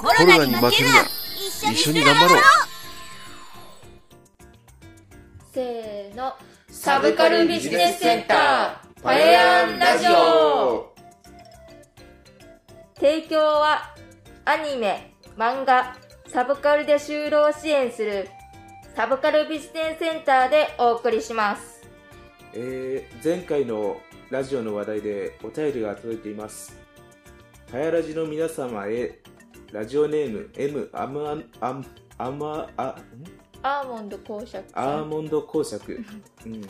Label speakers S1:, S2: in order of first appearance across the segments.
S1: コロナに負けるな一緒に頑張ろう
S2: せーの
S3: サブカルビジネスセンターパエアンラジオ
S2: 提供はアニメ漫画サブカルで就労支援するサブカルビジネスセンターでお送りします
S4: えー前回のラジオの話題でお便りが届いています。はやラジの皆様へ、ラジオネーム M アムアンアムアムアあん
S2: アーモンド公爵さ
S4: アー
S2: ん
S4: モンド公爵、うん、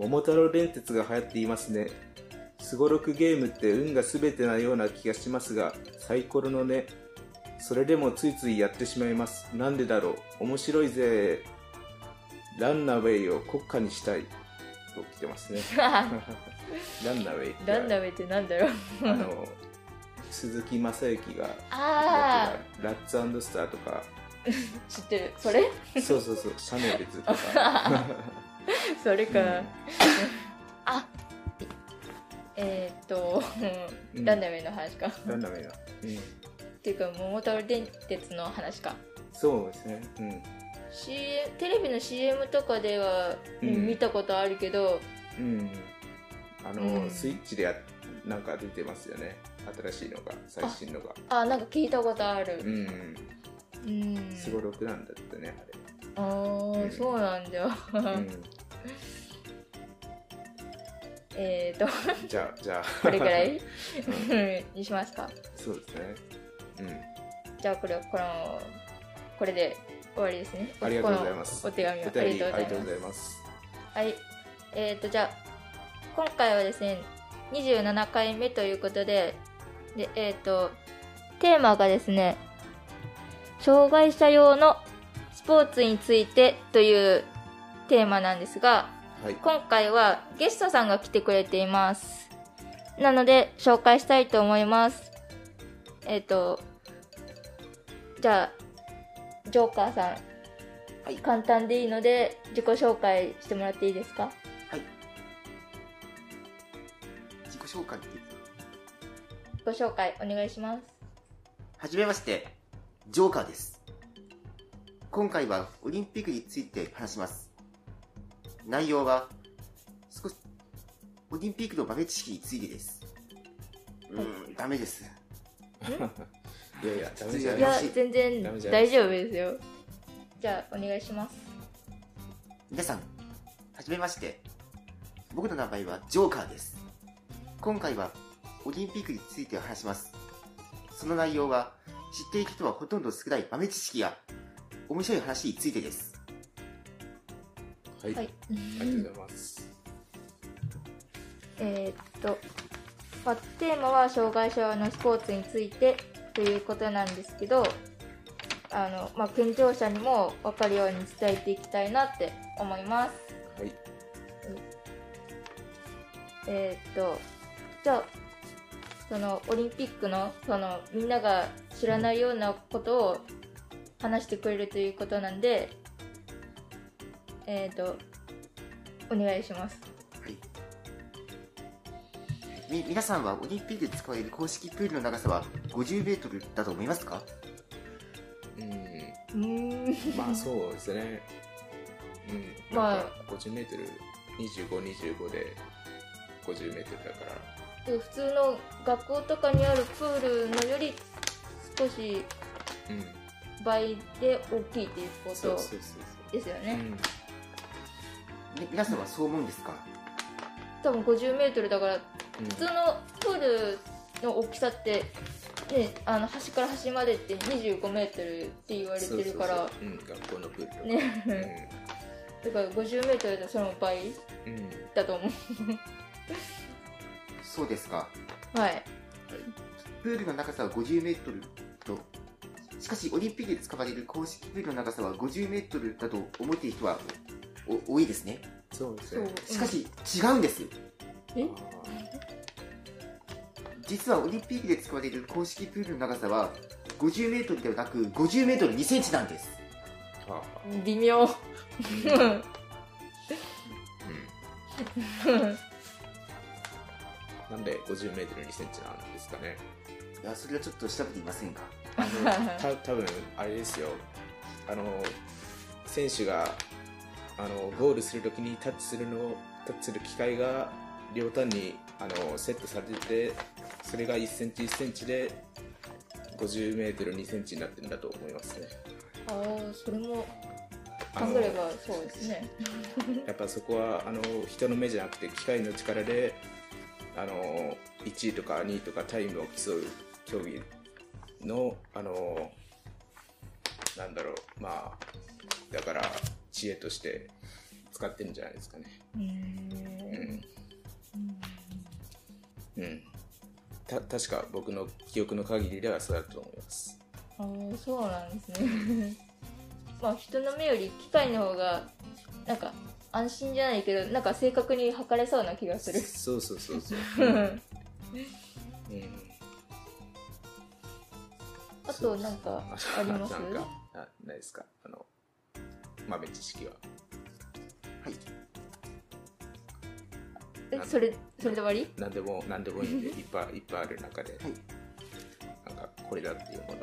S4: 桃太郎電鉄が流行っていますねすごろくゲームって運が全てなような気がしますがサイコロのねそれでもついついやってしまいますなんでだろう面白いぜランナウェイを国家にしたいと来てますね ランナウェイって
S2: ランダムってなんだろう
S4: あの鈴木雅之が
S2: ああ
S4: ラッツスターとか
S2: 知ってるそれ
S4: そうそうそうシャネルズとか
S2: それか、
S4: うん
S2: あえー、っと、
S4: うん
S2: ランダムの話か、
S4: ラ
S2: っ
S4: ンナウェイな、うん
S2: ていうか桃太郎電鉄の話か
S4: そうですね。うん。
S2: CM テレビの CM とかでは、うん
S4: うん
S2: 見たことあるけど
S4: うん。あの、
S2: うん
S4: スイッチでやなんか出てますよね。新しいのが、最新のが。
S2: あなんか聞いたことあ
S4: う
S2: る
S4: ん。
S2: うん
S4: すごろくなんだってね、
S2: あー、
S4: うん
S2: そうなんだよ、
S4: あれ。
S2: えーっと
S4: うん。じゃあ、じゃあ。
S2: これぐらい
S4: うん
S2: にしますか
S4: そうですね。
S2: じゃあこれはこのこれで終わりですね
S4: ありがとうございます
S2: このお手紙
S4: うん。
S2: は
S4: お
S2: あ
S4: 便
S2: り
S4: り
S2: が
S4: あ
S2: とう
S4: り
S2: ご
S4: が
S2: ざ
S4: と
S2: いうます
S4: ございます。
S2: はいえーっとじゃあ今回はですね27回目ということででえーっとテーマがですね障害者用のスポーツについてというテーマなんですが
S4: はい。
S2: 今回はゲストさんが来てくれていますなので紹介したいと思いますえっ、とじゃあジョーカーさん、
S5: はい
S2: 簡単でいいので自己紹介してもらっていいですか
S5: 自己紹介って
S2: 自己紹介お願いします
S5: はじめましてジョーカーです今回はオリンピックについて話します内容は少しオリンピックの豆知識についてですうーんダメです
S4: いやいや、ダメじゃ
S5: は
S2: いうや
S4: ない。
S2: 全然
S4: ダメじゃない
S2: 大丈夫ですよじゃあお願いします
S5: 皆さんはじめまして僕の名前はジョーカーです今回はオリンピックについて話しますその内容は知っている人はほとんど少ない豆知識や面白い話についてです
S4: はい。
S2: はい
S4: ありがとうございます。
S2: えーっと、まあ、テーマは障害者用のスポーツについてということなんですけどあの、まあ、健常者にも分かるように伝えていきたいなって思います
S4: はい。
S2: えーっとじゃあそのオリンピックのそのみんなが知らないようなことを話してくれるということなんでえーっとお願いします
S5: はい、み皆さんはオリンピックで使われる公式プールの長さは 50m だと思いますか
S4: うん。
S2: うーん
S4: まあ、そうですね。うん。
S2: ま
S4: ま
S2: あ
S4: あ、50メートル、25、25で50メートルだから。
S2: 普通の学校とかにあるプールのより少し
S4: うん。
S2: 倍で大きいっていうこ
S4: そうそう
S2: と
S4: そうそ
S2: ですよ
S4: う。う
S2: ね
S4: ん。
S5: み皆さんはそう思うんですか
S2: 多分 50m だから
S4: うん
S2: 普通のプールの大きさって、ね、あの端から端までって 25m って言われてるから
S4: そうそうそううん、学校のプールとか
S2: ね だから 50m とその倍
S4: うん、うん
S2: だと思
S5: そうですか
S2: うはい
S5: プールの長さは 50m としかしオリンピックで使われる公式プールの長さは 50m だと思っている人はお多いですね
S4: そうです
S2: そう
S4: ね
S5: しかし違うんです
S2: え
S5: 実はオリンピックで使われる公式プールの長さは 50m ではなく 50m2cm なんです
S4: あーはあ
S2: うん微妙
S4: うん、なんで50メートル2センチなんですかね
S5: いやそれはちょっと調べていませんが
S2: あ
S4: のた多分あれですよあの選手があのゴールするときにタッチするのタッチする機械が両端にあのセットされててそれが1センチ1センチで50メートル2センチになってるんだと思いますね
S2: ああそれも
S4: あ
S2: 考
S4: の
S2: えればそうですね
S4: やっぱそこはあの人の目じゃなくて機械の力であの1位とか2位とかタイムを競う競技のあのなんだろうまあだから知恵として使ってるんじゃないですかね。
S2: うー
S4: うんんうん、た確か僕の記憶の限りではそうだと思います。
S2: ああそうなんですね まあ人の目より機械の方がなんか安心じゃないけどなんか正確に測れそうな気がする
S4: そうそうそ うそう。うん
S2: あとなんかあります
S4: なんかなないですかあの豆知識は
S5: はい。
S2: えそれそれで終わり
S4: 何でも何でもいいんでいっぱいいっぱいある中で、
S5: はい
S4: なんかこれだっていうもの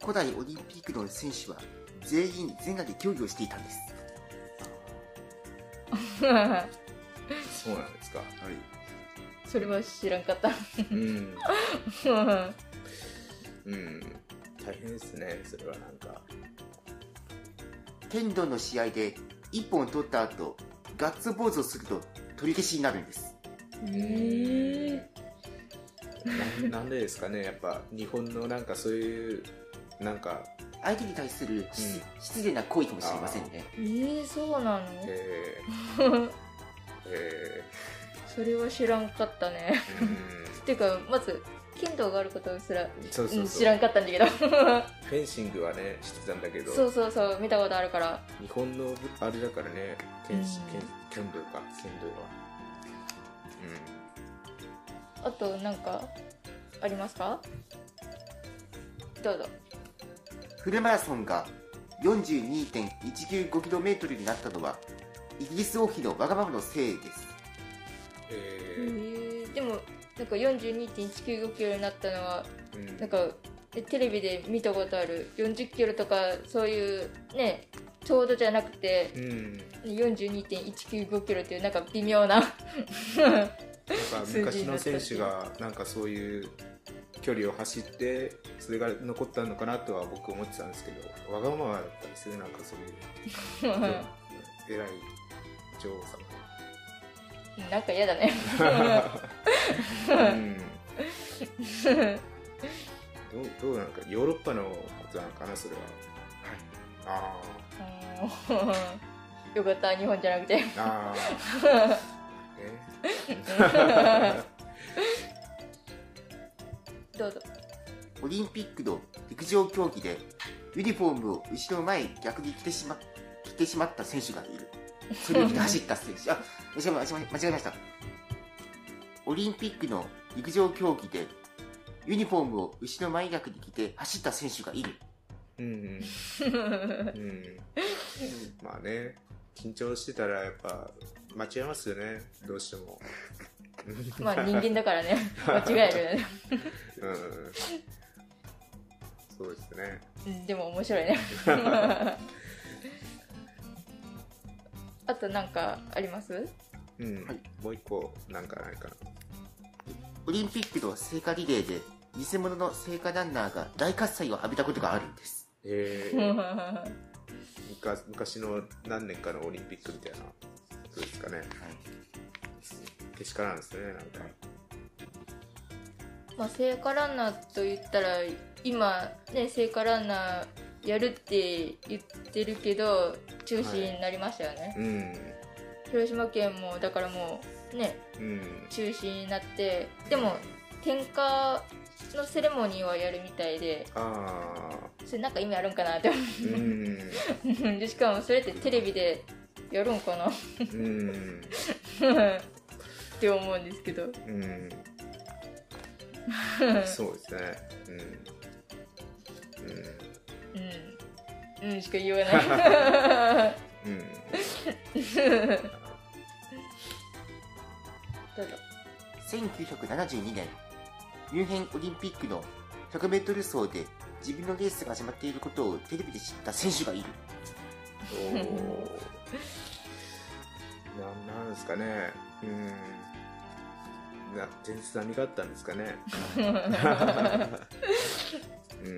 S5: 古代オリンピックの選手は全員全裸で競技をしていたんです。
S4: そうなんですか
S5: はい。
S2: それは知らんか った
S4: うん
S2: うん
S4: うん大変ですねそれはなんか
S5: 剣道の試合で一本取った後、ガッツポーズをすると取り消しになるんです。
S2: え
S4: ななんでですかねやっぱ日本のなんかそういうなんか
S5: 相手に対する失,、失礼な行為かもしれませんね。
S2: えー、そうなの
S4: えーえ
S2: それは知らんかったね
S4: ーうん
S2: ていうかまず剣道があることすら
S4: そうそううんそう
S2: 知らんかったんだけど
S4: フェンシングはね知ってたんだけど
S2: そうそうそう見たことあるから
S4: 日本のあれだからね剣士剣剣道か剣道は
S2: あとなんかありますかどうぞ
S5: フルマラソンが 42.195km になったのは、イギリス王妃のわがままのせいです。
S4: うん
S2: え
S4: え
S2: ー、でもなんか42.195キロになったのは
S4: ーうん
S2: なんかえテレビで見たことある40キロとかそういうねちょうどじゃなくて
S4: うんなん
S2: 42.195キロっていうなんか微妙な
S4: か昔の選手がなんかそういう距離を走ってそれが残ったのかなとは僕思ってたんですけどわがままだったりするなんかそういう、偉い女王
S2: なんか嫌だね
S4: 様、うん、どうどうなんかヨーロッパのことなのかなそれはあ
S2: う
S4: あ
S2: んよかった日本じゃなく て
S4: ああ。ね
S2: ーどうぞ
S5: オリンピックの陸上競技で、ユニフォームを後ろ前に逆に着てしま着てしまった選手がいる。それを着て走った選手。あ、間違えました間違えました。オリンピックの陸上競技で、ユニフォームを後ろ前逆に着て走った選手がいる。
S4: うんうん。うん。まあね、緊張してたらやっぱ間違えますよね、どうしても。
S2: まあ人間だからね間違えるよね
S4: うん。そうですね。
S2: うんでも面白い ねあとなんかあります
S4: うん。
S5: はい
S4: もう一個なんかないかな。
S5: オリンピックの聖火リレーで、偽物の聖火ランナーが大喝采を浴びたことがあるんです。
S4: えー、 昔昔の何年かのオリンピックみたいなことですかね。
S5: はい。
S4: けしからんですね、なんか。
S2: まあ聖火ランナーと言ったら今ね聖火ランナーやるって言ってるけど中止になりましたよね、
S4: うん。
S2: 広島県もだからもうね
S4: うん。
S2: 中止になってでも点火のセレモニーはやるみたいで
S4: ああ。
S2: それなんか意味あるんかなって思
S4: うん。
S2: うでしかもそれってテレビでやるんかなっ
S4: うん。
S2: て思うんですけど
S4: うん。 そうですね。
S2: うんうんしか言わ ない
S4: うん。うん。うん。
S2: どうぞ
S5: 1972年ミュンヘンオリンピックの 100m 走で自分のレースが始まっていることをテレビで知った選手がいる。
S4: おーななんですかねうんな前日何があったんですかねうん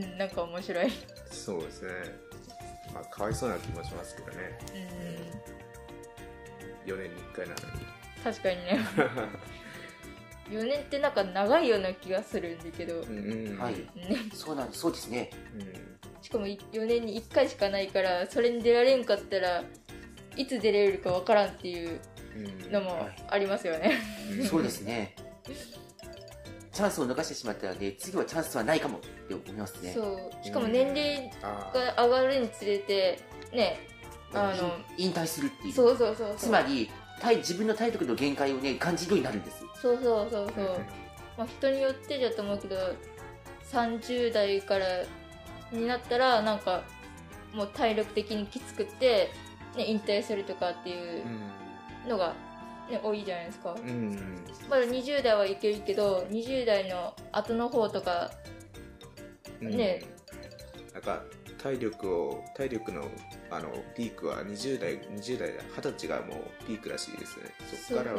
S2: うんなんか面白い。
S4: そうですねまあかわいそうな気もしますけどね
S2: うん、
S4: 4年に1回なのに
S2: 確かにね。4年ってなんか長いような気がするんだけど。
S4: うん うん
S5: はい。
S2: ね、
S5: そうなんです。そうですね。
S4: うん
S2: しかも4年に1回しかないから、それに出られんかったら、いつ出れるかわからんっていう
S4: うん
S2: のもありますよね。
S4: ん
S5: そうですね。チャンスを逃してしまったので、次はチャンスはないかもって思いますね。
S2: そう。しかも年齢
S4: あー
S2: が上がるにつれて、ね、あの、
S5: 引引退するっていう。
S2: そうそうそうそう。
S5: つまり、体自分の体力の限界をね、感じるようになるんです。
S2: そうそうそうそう。まあ、人によってだと思うけど30代からになったらなんかもう体力的にきつくって、ね、引退するとかっていうのが、ね、多いじゃないですか
S4: うんうん
S2: まだ20代はいけるけど20代の後の方とか
S4: うん
S2: ね
S4: なんか体力を体力のあのピークは20代20代だ20歳がもうピークらしいですねそこからは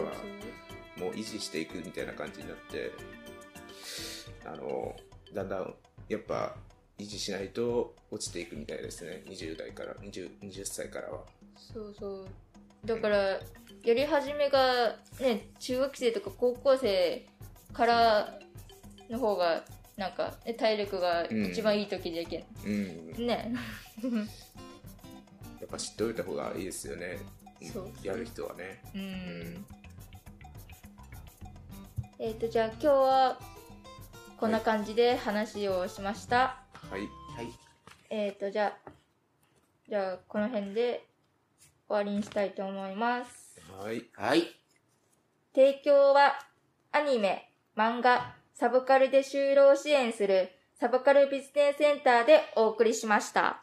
S2: そう
S4: もう維持していくみたいな感じになってあのだんだんやっぱ維持しないと落ちていくみたいですね20代から 20, 20歳からは
S2: そうそうそうだからやり始めが、ね、中学生とか高校生からの方がなんか、ね、体力が一番いい時じゃけん、
S4: うん
S2: ね
S4: やっぱ知っておいた方がいいですよね
S2: そう
S4: やる人はね
S2: う
S4: うん
S2: んえっ、とじゃあ今日はこんな感じで話をしました、
S4: はい
S5: はい。
S2: えっ、とじゃあじゃあこの辺で終わりにしたいと思います
S4: はい
S5: はい。
S2: 提供はアニメ漫画サブカルで就労支援するサブカルビジネスセンターでお送りしました